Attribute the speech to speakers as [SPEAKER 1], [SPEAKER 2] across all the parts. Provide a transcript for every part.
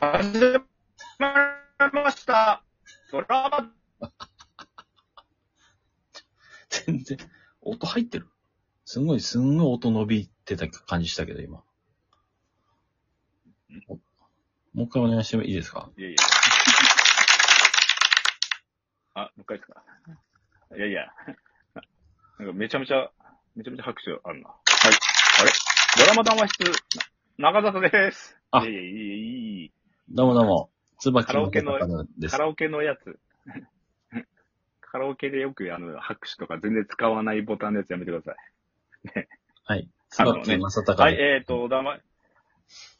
[SPEAKER 1] 始まりました。ドラマ、
[SPEAKER 2] 全然、音入ってるすんごい、すんごい音伸びてた感じしたけど、今。もう一回お願いしてもいいですか
[SPEAKER 1] い やいや。あ、もう一回ですか。いやいや。なんかめちゃめちゃ、めちゃめちゃ拍手あるな。はい。あれドラマ談話室、な長里です。
[SPEAKER 2] あ
[SPEAKER 1] いやいやいやいい
[SPEAKER 2] どうもどうも、つばき
[SPEAKER 1] カラオケの
[SPEAKER 2] で
[SPEAKER 1] カ
[SPEAKER 2] す。
[SPEAKER 1] ラオケのや つ。カラオケでよくあの、拍手とか全然使わないボタンのやつやめてください。
[SPEAKER 2] はい。つ
[SPEAKER 1] あの
[SPEAKER 2] ば
[SPEAKER 1] ね
[SPEAKER 2] きまさたか
[SPEAKER 1] はい、
[SPEAKER 2] で。
[SPEAKER 1] えっ、ー、と、談話、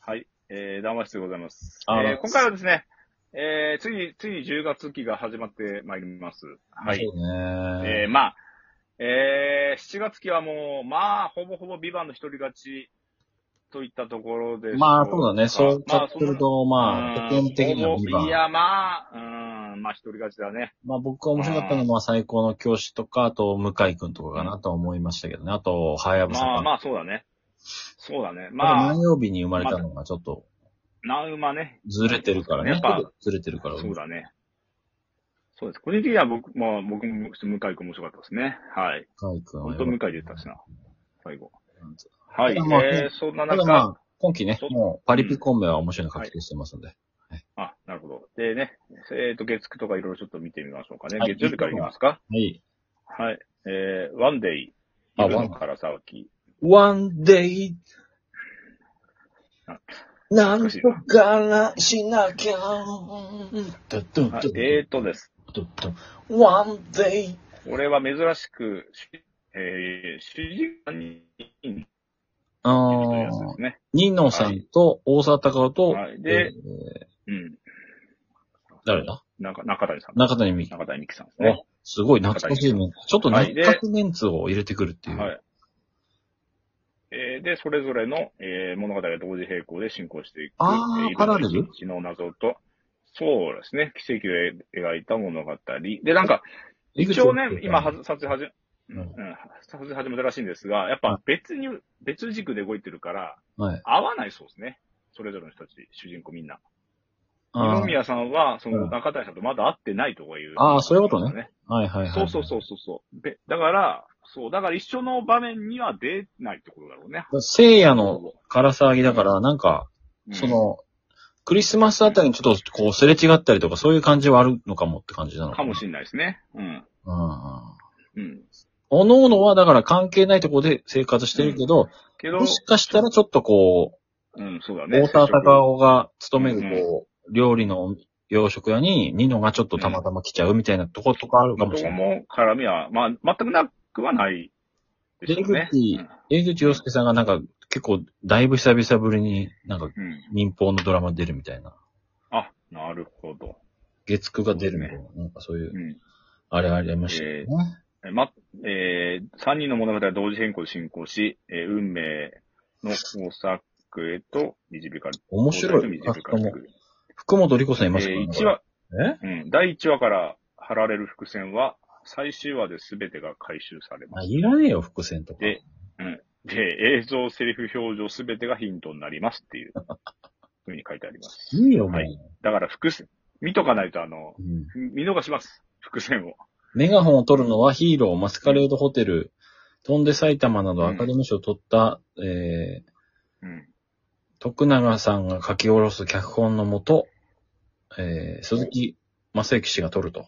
[SPEAKER 1] はい、えー、談話室でございます。
[SPEAKER 2] あら
[SPEAKER 1] えー、今回はですね、えー、つい、つい10月期が始まってまいります。はい。
[SPEAKER 2] そうね
[SPEAKER 1] えー、まあ、えー、7月期はもう、まあ、ほぼほぼビバンの一人勝ちといったところでしょうか。
[SPEAKER 2] まあ、そうだね。そう
[SPEAKER 1] ま
[SPEAKER 2] や
[SPEAKER 1] あ
[SPEAKER 2] ってると、まあ、
[SPEAKER 1] うん
[SPEAKER 2] 世間的には
[SPEAKER 1] ほぼ
[SPEAKER 2] 2番
[SPEAKER 1] い。や、まあ、うん、まあ、一人勝ちだね。
[SPEAKER 2] まあ僕が面白かったのは最高の教師とか、あと向井くんとかかなとは思いましたけどね。あと、はやぶさ
[SPEAKER 1] まあ、
[SPEAKER 2] か。
[SPEAKER 1] まあ、そうだね。そうだね。
[SPEAKER 2] ま
[SPEAKER 1] ま
[SPEAKER 2] あ、
[SPEAKER 1] あ
[SPEAKER 2] 何、曜日に生まれたのがちょっと
[SPEAKER 1] 何馬ね。
[SPEAKER 2] ずれてるからね。
[SPEAKER 1] やっぱ
[SPEAKER 2] ずれてるから。
[SPEAKER 1] そうだね。そうです。個人的には僕、まあ僕も向井君面白かったですね。はい。
[SPEAKER 2] 向井くんは
[SPEAKER 1] 本
[SPEAKER 2] よ
[SPEAKER 1] 当
[SPEAKER 2] か
[SPEAKER 1] 向
[SPEAKER 2] っ
[SPEAKER 1] 井で言ったしな。最後。
[SPEAKER 2] た。
[SPEAKER 1] はい。
[SPEAKER 2] ただまあ
[SPEAKER 1] えー、そんな
[SPEAKER 2] ただま
[SPEAKER 1] 中、
[SPEAKER 2] あ、今期ね
[SPEAKER 1] そ、
[SPEAKER 2] もうパリピコンメは面白いの確定してますんで。
[SPEAKER 1] あ、なるほど。でね、えっ、と、月9とかいろいろちょっと見てみましょうかね。
[SPEAKER 2] はい
[SPEAKER 1] 月曜日からいきますか。
[SPEAKER 2] はい。
[SPEAKER 1] はい。えー、ワンデイ、
[SPEAKER 2] あ
[SPEAKER 1] 夜
[SPEAKER 2] ワン
[SPEAKER 1] の唐沢き。
[SPEAKER 2] ワンデイ
[SPEAKER 1] あ
[SPEAKER 2] なんとかしなきゃドドド
[SPEAKER 1] はい、えっ、ー、とです。
[SPEAKER 2] ドドワンデイ
[SPEAKER 1] これは珍しく、しえー、主人公に、
[SPEAKER 2] あ
[SPEAKER 1] というやつで
[SPEAKER 2] ー
[SPEAKER 1] すね。
[SPEAKER 2] ニノさんと大沢たかおと、
[SPEAKER 1] はいで
[SPEAKER 2] えー
[SPEAKER 1] うん。
[SPEAKER 2] 誰だ
[SPEAKER 1] なんか、中谷さん。
[SPEAKER 2] 中谷美紀。
[SPEAKER 1] 中谷美紀さんですね
[SPEAKER 2] あ。、すごい懐かしいね。ちょっと
[SPEAKER 1] はい
[SPEAKER 2] 懐かしメンツを入れてくるっていう。
[SPEAKER 1] はい。えーで、それぞれの、えー物語が同時並行で進行していく。
[SPEAKER 2] あー
[SPEAKER 1] えー
[SPEAKER 2] パラレル
[SPEAKER 1] 一日の謎と、そうですね、奇跡を描いた物語。で、なんか、一応ね、今はず、撮影始め、
[SPEAKER 2] うん
[SPEAKER 1] うん、撮影始めたらしいんですが、やっぱ別に、別軸で動いてるから、
[SPEAKER 2] はい。
[SPEAKER 1] 合わないそうですね。それぞれの人たち、主人公みんな。
[SPEAKER 2] あ
[SPEAKER 1] 二
[SPEAKER 2] ー
[SPEAKER 1] 宮さんは、その
[SPEAKER 2] うん
[SPEAKER 1] 中谷さんとまだ会ってないとかいう。
[SPEAKER 2] あーそういうことね
[SPEAKER 1] ね。
[SPEAKER 2] はいはいはい。
[SPEAKER 1] そうそうそうそうそう。で、だから、そう、だから一緒の場面には出ないってことだろうね。
[SPEAKER 2] う。聖夜の唐騒ぎだから、なんか、
[SPEAKER 1] うん
[SPEAKER 2] そ、の、クリスマスあたりにちょっとこうすれ違ったりとか、そういう感じはあるのかもって感じなの
[SPEAKER 1] かも
[SPEAKER 2] れ
[SPEAKER 1] しんないですね。うん。
[SPEAKER 2] ない。うん。
[SPEAKER 1] うん。
[SPEAKER 2] おのおのはだから関係ないところで生活してるけど、
[SPEAKER 1] けど
[SPEAKER 2] も、しかしたらちょっとこう、
[SPEAKER 1] うん、そうだね。
[SPEAKER 2] 大沢たかおが勤め
[SPEAKER 1] うん
[SPEAKER 2] る、こう、料理の洋食屋に、ニノがちょっとたまたま来ちゃうみたいなとことかあるかも
[SPEAKER 1] ど
[SPEAKER 2] し
[SPEAKER 1] こ
[SPEAKER 2] れない。
[SPEAKER 1] も絡みは、まあ、全くなくはないでしょうね。
[SPEAKER 2] 出江口洋介さんがなんか、結構、だいぶ久々ぶりに、なんか、
[SPEAKER 1] うん。うん。
[SPEAKER 2] 民放のドラマ出るみたいな。
[SPEAKER 1] あ、なるほど。
[SPEAKER 2] 月9が出るみたいな、なんかそういうう、
[SPEAKER 1] ん。
[SPEAKER 2] あれありましたよね。
[SPEAKER 1] えま、えー、3人の物語は同時変更で進行し、えー運命の工作へと導かれ、
[SPEAKER 2] 面白い。
[SPEAKER 1] 導かれてくる。
[SPEAKER 2] 福本莉子さんい
[SPEAKER 1] え
[SPEAKER 2] ますから
[SPEAKER 1] ー、
[SPEAKER 2] ね
[SPEAKER 1] 1話、
[SPEAKER 2] え
[SPEAKER 1] うん。第1話から貼られる伏線は、最終話で全てが回収されま
[SPEAKER 2] あ、
[SPEAKER 1] す。
[SPEAKER 2] いらねえよ、伏線とか。
[SPEAKER 1] でで、映像、セリフ、表情全てがヒントになりますっていうふうに書いてあります。
[SPEAKER 2] いいよ、もう
[SPEAKER 1] は。いだから伏線、見とかないとあの、
[SPEAKER 2] うん
[SPEAKER 1] 見逃します。伏線を。
[SPEAKER 2] メガホンを取るのはヒーロー、マスカレードホテル、飛んで埼玉などアカデミー賞を取った、えー、
[SPEAKER 1] うん。
[SPEAKER 2] 徳永さんが書き下ろす脚本のもと、えー、鈴木正幸氏が撮ると。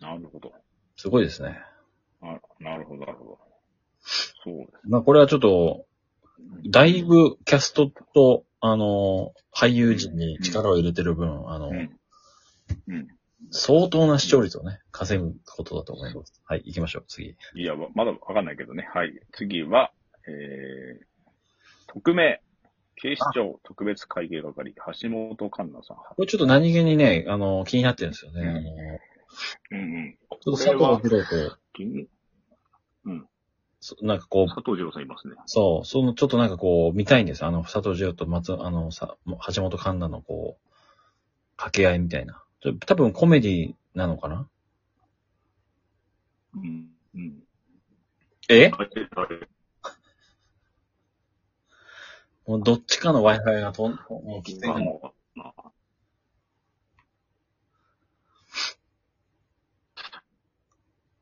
[SPEAKER 1] なるほど。
[SPEAKER 2] すごいですね。
[SPEAKER 1] あなるほど、なるほど。そうです。
[SPEAKER 2] まあこれはちょっと、だいぶキャストと、あのー、俳優陣に力を入れてる分、あの、
[SPEAKER 1] うん。うん。
[SPEAKER 2] 相当な視聴率をね、稼ぐことだと思います。はい、行きましょう、次。
[SPEAKER 1] いや、わまだわかんないけどね。はい。次は、えー、特命、警視庁特別会計係、橋本環奈さん。
[SPEAKER 2] これちょっと何気にね、あのー、気になってるんですよね。
[SPEAKER 1] うん
[SPEAKER 2] あのー
[SPEAKER 1] うんう
[SPEAKER 2] ち
[SPEAKER 1] ん。
[SPEAKER 2] ょっと佐藤二郎と
[SPEAKER 1] 銀
[SPEAKER 2] そ、なんかこう、
[SPEAKER 1] 佐藤二郎さんいますね。
[SPEAKER 2] そう、その、ちょっとなんかこう、見たいんです。あの、佐藤二朗と松、あの、さ、橋本環奈のこう、掛け合いみたいな。ちょ多分コメディなのかな
[SPEAKER 1] うん。うん。
[SPEAKER 2] え
[SPEAKER 1] はいはい
[SPEAKER 2] もうどっちかの Wi-Fi がとん、もう来てんの。
[SPEAKER 1] もな。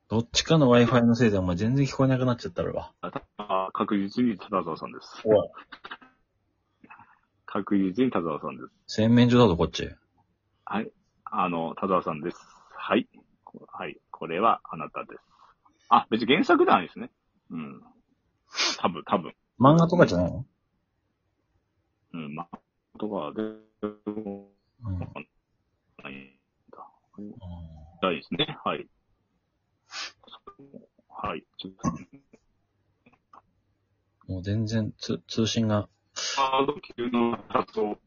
[SPEAKER 2] どっちかの Wi-Fi のせいでお前全然聞こえなくなっちゃったるわ。
[SPEAKER 1] あたあ確実に田沢さんです。
[SPEAKER 2] おい。
[SPEAKER 1] 確実に田沢さんです。
[SPEAKER 2] 洗面所だぞ、こっち。
[SPEAKER 1] はい。あの、田沢さんです。はい。こはい。これはあなたです。あ、別に原作ではないですね。うん。多分、多分。
[SPEAKER 2] 漫画とかじゃないの
[SPEAKER 1] うん、まあ、とかで、
[SPEAKER 2] うん。
[SPEAKER 1] わかんない。ないですね。はい。はい。ちょっと
[SPEAKER 2] もう全然つ通信が、
[SPEAKER 1] ハード級の発想、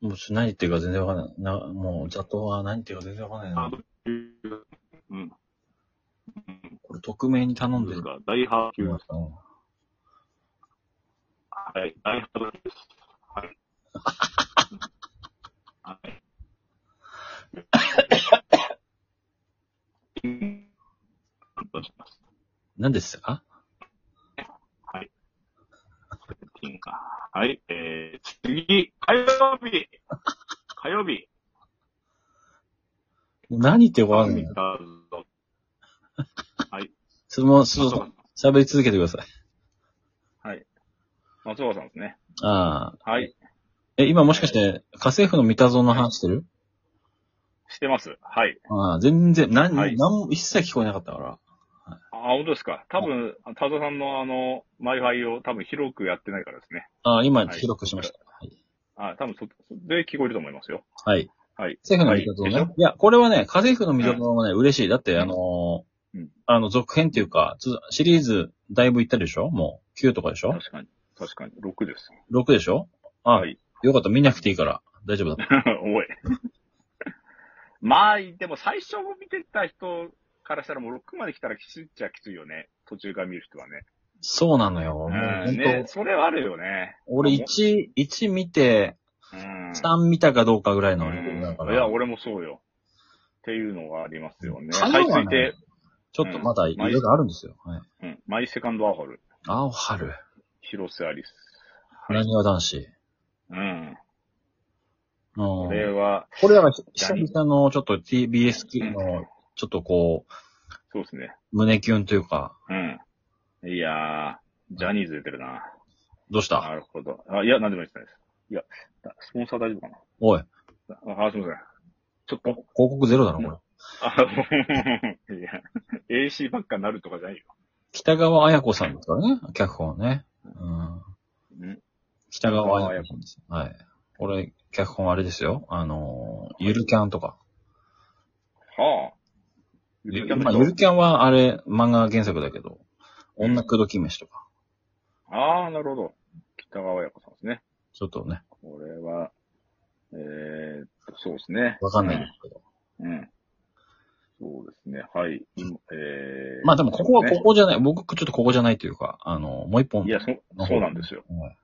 [SPEAKER 2] もうちょ何言ってるか全然わかんない。な、もう、ざっとは何言ってるか全然わかんない
[SPEAKER 1] ハー
[SPEAKER 2] な。
[SPEAKER 1] ド級、うん。うん
[SPEAKER 2] これ匿名に頼
[SPEAKER 1] ど
[SPEAKER 2] ん
[SPEAKER 1] う
[SPEAKER 2] で
[SPEAKER 1] です
[SPEAKER 2] る。
[SPEAKER 1] か大ハード級
[SPEAKER 2] う
[SPEAKER 1] の
[SPEAKER 2] ん
[SPEAKER 1] はい、大ハード級です。はい。 はい。 どうします
[SPEAKER 2] 何ですか
[SPEAKER 1] 金か。はい、えー、次、火曜日火曜日
[SPEAKER 2] 何言ってるかわかんない
[SPEAKER 1] 見。たぞ。
[SPEAKER 2] そのまま、そ
[SPEAKER 1] 松岡さん
[SPEAKER 2] う、喋り続けてください。
[SPEAKER 1] 松岡さんですね。
[SPEAKER 2] ああ。
[SPEAKER 1] はい。
[SPEAKER 2] え、今もしかして、家政婦の三田蔵の話してる
[SPEAKER 1] してます。はい。
[SPEAKER 2] ああ、全然、何、
[SPEAKER 1] はい
[SPEAKER 2] 何も一切聞こえなかったから。
[SPEAKER 1] あ、本当ですか。多分、田沢さんのあの、マイファイを多分広くやってないからですね。
[SPEAKER 2] ああ、今、
[SPEAKER 1] はい
[SPEAKER 2] 広くしました。はい。
[SPEAKER 1] あ、多分そ、で聞こえると思いますよ。
[SPEAKER 2] はい。
[SPEAKER 1] はい。
[SPEAKER 2] 家政婦の三田蔵ね。いや、これはね、家政婦の三田蔵がね、嬉しい。だって、あのー
[SPEAKER 1] うん
[SPEAKER 2] あの、続編っていうか、つシリーズ、だいぶいったでしょもう、9とかでしょ
[SPEAKER 1] 確かに。確かに。6です。
[SPEAKER 2] ?6 でしょあ、
[SPEAKER 1] はい
[SPEAKER 2] よかった。見なくていいから。大丈夫だ。
[SPEAKER 1] おい。 まあ、でも最初見てた人からしたらもう6まで来たらきついっちゃきついよね。途中から見る人はね。
[SPEAKER 2] そうなのよ。もう、
[SPEAKER 1] う
[SPEAKER 2] 本
[SPEAKER 1] ん。
[SPEAKER 2] 当、
[SPEAKER 1] ね、それはあるよね。
[SPEAKER 2] 俺、1、1見て、
[SPEAKER 1] うん。
[SPEAKER 2] 3見たかどうかぐらいのレベルだか
[SPEAKER 1] うん、い
[SPEAKER 2] ら
[SPEAKER 1] や、、俺もそうよ。っていうのがありますよね。
[SPEAKER 2] 火曜はね
[SPEAKER 1] いて、
[SPEAKER 2] ちょっとまだいろいろあるんですよ。はい。
[SPEAKER 1] うん。マイセカンドアホル、
[SPEAKER 2] 青春、
[SPEAKER 1] 広瀬アリス。
[SPEAKER 2] なにわ男子。
[SPEAKER 1] うん。
[SPEAKER 2] うん。
[SPEAKER 1] これは、
[SPEAKER 2] これだから、久々のちょっと TBS 級
[SPEAKER 1] う
[SPEAKER 2] の、ちょっとこ
[SPEAKER 1] そうですね。
[SPEAKER 2] う、胸キュンというか、
[SPEAKER 1] うん。いやー、ジャニーズ出てるな。
[SPEAKER 2] どうした
[SPEAKER 1] なるほど。あ、いや、なんでもいいです。いや、スポンサー大丈夫かな
[SPEAKER 2] おい、
[SPEAKER 1] あ、あすみません。ちょっと
[SPEAKER 2] 広、告ゼロだろ、これ。
[SPEAKER 1] あ、いや、AC ばっかなるとかじゃないよ。
[SPEAKER 2] 北川綾子さんですからね、脚本ね。うん。
[SPEAKER 1] うん。
[SPEAKER 2] 北川綾子さんです。はい。これ、脚本あれですよ。あのー、ゆるキャンとか。
[SPEAKER 1] はあ。
[SPEAKER 2] ゆ
[SPEAKER 1] ゆ
[SPEAKER 2] るまあゆるキャンはあれ、漫画原作だけど、
[SPEAKER 1] うん
[SPEAKER 2] 女口説き飯とか。
[SPEAKER 1] ああ、なるほど。北川彩子さんですね。
[SPEAKER 2] ちょっとね、
[SPEAKER 1] これは、えーっと、そうですね。
[SPEAKER 2] わかんないですけど。
[SPEAKER 1] うん。うん。そうですね。はい。今えー、
[SPEAKER 2] まあでも、ここは
[SPEAKER 1] そうで
[SPEAKER 2] ここじゃない。僕、ちょっとここじゃないというか、あの、もう一本。
[SPEAKER 1] すねいや、そ、そうなんですよ。
[SPEAKER 2] はい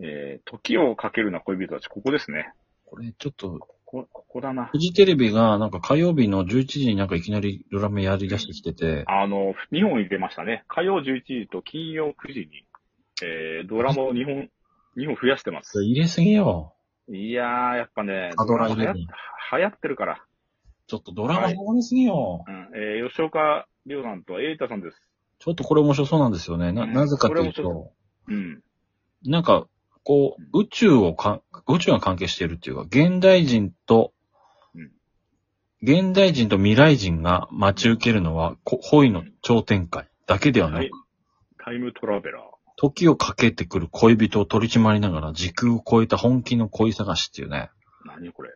[SPEAKER 1] えー、時をかけるな恋人たち、ここですね。
[SPEAKER 2] これ、ちょっと、
[SPEAKER 1] ここ、ここだな
[SPEAKER 2] フ。ジテレビが、なんか火曜日の11時になんかいきなりドラマやり出してきてて、
[SPEAKER 1] あの、2本入れましたね。火曜11時と金曜9時に、えー、ドラマを2本、2本増やしてます。
[SPEAKER 2] 入れすぎよ。
[SPEAKER 1] いやー、やっぱね、
[SPEAKER 2] アドラー
[SPEAKER 1] 流
[SPEAKER 2] 入れ
[SPEAKER 1] 行
[SPEAKER 2] に。
[SPEAKER 1] 流行ってるから。
[SPEAKER 2] ちょっとドラマ盛りすぎよ。
[SPEAKER 1] うん。えー、吉岡亮さんと瑛太さんです。
[SPEAKER 2] ちょっとこれ面白そうなんですよね。な、
[SPEAKER 1] うん
[SPEAKER 2] なぜかっていう
[SPEAKER 1] これ面
[SPEAKER 2] と、
[SPEAKER 1] うん。
[SPEAKER 2] なんか、こう、宇宙をかん、宇宙が関係しているっていうか、現代人と
[SPEAKER 1] うん、
[SPEAKER 2] 現代人と未来人が待ち受けるのは、こ恋の超展開だけではな
[SPEAKER 1] タ
[SPEAKER 2] く
[SPEAKER 1] イ、タイムトラベラー。
[SPEAKER 2] 時をかけてくる恋人を取り締まりながら時空を超えた本気の恋探しっていうね。
[SPEAKER 1] 何これ。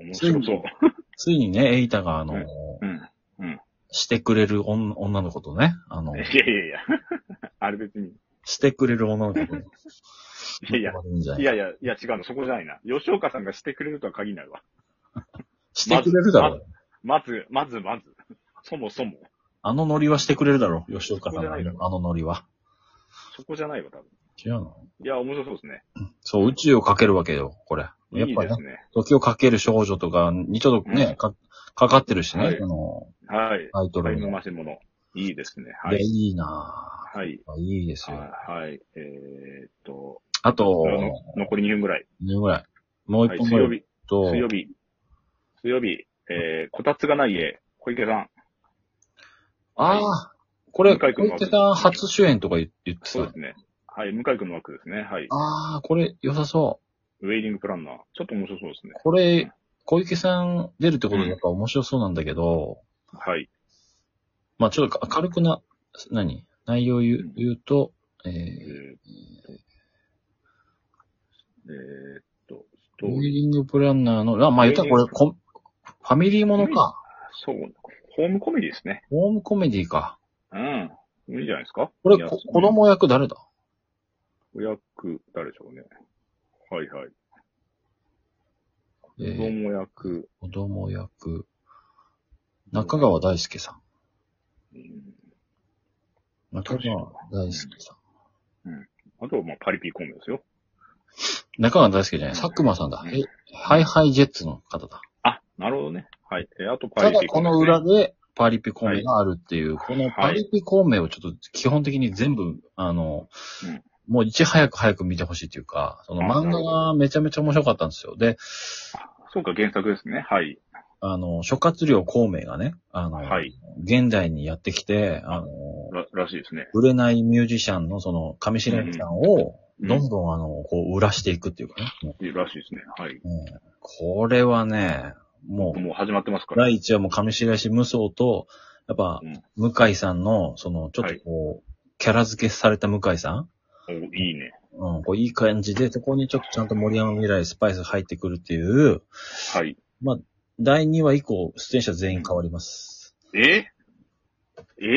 [SPEAKER 1] 面白そう。
[SPEAKER 2] ついにね、エイタがあの、
[SPEAKER 1] うんうん。
[SPEAKER 2] してくれる女女の子とね、あの
[SPEAKER 1] い、やいやいや。 あれ別に。
[SPEAKER 2] してくれる女の子と。
[SPEAKER 1] いやいや。
[SPEAKER 2] いいんじゃない
[SPEAKER 1] いやいや、いや違うの、そこじゃないな。吉岡さんがしてくれるとは限らないわ。
[SPEAKER 2] してくれるだろ
[SPEAKER 1] まずまず、まず、まず。そもそも。
[SPEAKER 2] あのノリはしてくれるだろ吉岡さんの
[SPEAKER 1] そこじゃないだ
[SPEAKER 2] あのノリは。
[SPEAKER 1] そこじゃないわ、多分。
[SPEAKER 2] 違うの
[SPEAKER 1] いや、面白そうですね。
[SPEAKER 2] そう、宇宙をかけるわけよ、これ。やっ
[SPEAKER 1] いい
[SPEAKER 2] ぱ
[SPEAKER 1] で
[SPEAKER 2] ね、
[SPEAKER 1] すね。
[SPEAKER 2] 時をかける少女とかにちょっとね、
[SPEAKER 1] うん
[SPEAKER 2] か、かかってるしね、
[SPEAKER 1] はい
[SPEAKER 2] この
[SPEAKER 1] はい。
[SPEAKER 2] タイト
[SPEAKER 1] タイ
[SPEAKER 2] ル
[SPEAKER 1] ム
[SPEAKER 2] も。
[SPEAKER 1] マシンもの。いいですね。はい
[SPEAKER 2] や、
[SPEAKER 1] い。
[SPEAKER 2] いいな
[SPEAKER 1] はい。
[SPEAKER 2] ぁ。いいですよ。
[SPEAKER 1] はい。はいえーっと、
[SPEAKER 2] あと
[SPEAKER 1] これは、の残り2分ぐらい。
[SPEAKER 2] 2ぐらい。もう
[SPEAKER 1] は
[SPEAKER 2] 一
[SPEAKER 1] い、
[SPEAKER 2] 本
[SPEAKER 1] 水曜
[SPEAKER 2] 目
[SPEAKER 1] 日、
[SPEAKER 2] と、
[SPEAKER 1] 水曜日、水曜日、えー、こたつがない家、小池さん。
[SPEAKER 2] ああ、これ、
[SPEAKER 1] 向
[SPEAKER 2] 小
[SPEAKER 1] 井君の
[SPEAKER 2] 池さん初主演とか言言ってた
[SPEAKER 1] そうですね。はい、向井くんの枠ですね。はい。
[SPEAKER 2] ああ、これ良さそう。
[SPEAKER 1] ウェイディングプランナー。ちょっと面白そうですね。
[SPEAKER 2] これ、小池さん出るってことでやっぱ面白そうなんだけど、
[SPEAKER 1] はい。
[SPEAKER 2] まあちょっと軽くな、何内容言
[SPEAKER 1] う
[SPEAKER 2] うん言うと、え
[SPEAKER 1] えー
[SPEAKER 2] ー、
[SPEAKER 1] っと、えーっと、スト
[SPEAKER 2] ウ
[SPEAKER 1] ー
[SPEAKER 2] ェ
[SPEAKER 1] リー
[SPEAKER 2] ディングプランナーの、あまあ言ったらこれ、こファミリーものか。
[SPEAKER 1] そう、ホームコメディですね。
[SPEAKER 2] ホームコメディか。
[SPEAKER 1] うん。いいじゃないですか。
[SPEAKER 2] これ、
[SPEAKER 1] いや
[SPEAKER 2] こ子。供役誰だ
[SPEAKER 1] 親役、誰でしょうね。はいはい。
[SPEAKER 2] え
[SPEAKER 1] 子
[SPEAKER 2] ー、
[SPEAKER 1] 供役、
[SPEAKER 2] 子供役。中川大輔さ
[SPEAKER 1] うん
[SPEAKER 2] ん。中川大輔さん。
[SPEAKER 1] あとはまあパリピーコンビですよ。
[SPEAKER 2] 中川大輔じゃない、佐久間さんだ。
[SPEAKER 1] うん
[SPEAKER 2] え、ハイハイジェッツの方だ。
[SPEAKER 1] あ、なるほどね。はい。えーあとパ
[SPEAKER 2] た
[SPEAKER 1] リ
[SPEAKER 2] だ
[SPEAKER 1] ピーコ
[SPEAKER 2] こ
[SPEAKER 1] ンビで
[SPEAKER 2] の
[SPEAKER 1] すね、
[SPEAKER 2] 裏でパリピ孔明があるっていう、このパリピ孔明をちょっと基本的に全部、あの、
[SPEAKER 1] うん
[SPEAKER 2] もういち早く早く見てほしいっていうか、その
[SPEAKER 1] あ
[SPEAKER 2] 漫
[SPEAKER 1] な
[SPEAKER 2] 画
[SPEAKER 1] るほ
[SPEAKER 2] がめちゃめちゃ面白かったんですよ。で、
[SPEAKER 1] そうか、原作ですね。はい。
[SPEAKER 2] あの、諸葛亮孔明がね、あの、
[SPEAKER 1] はい
[SPEAKER 2] 現代にやってきて、あの、
[SPEAKER 1] ららしいですね。
[SPEAKER 2] 売れないミュージシャンのその上白石さんを、
[SPEAKER 1] うん
[SPEAKER 2] どんどんあの、こう、売らしていくっていうかね。も
[SPEAKER 1] いいらしいですね。はい。
[SPEAKER 2] ううんこれはね、もう、
[SPEAKER 1] もう始まってますから。
[SPEAKER 2] 第1話も上白石無双と、やっぱ
[SPEAKER 1] うん、
[SPEAKER 2] 向井さんの、その、ちょっとこう、キャラ付けされた向井さん
[SPEAKER 1] おいいね。
[SPEAKER 2] うん、こういい感じで、そこにちょっとちゃんと森山未来スパイス入ってくるっていう、
[SPEAKER 1] はい。
[SPEAKER 2] 第2話以降、出演者全員変わります。
[SPEAKER 1] ええ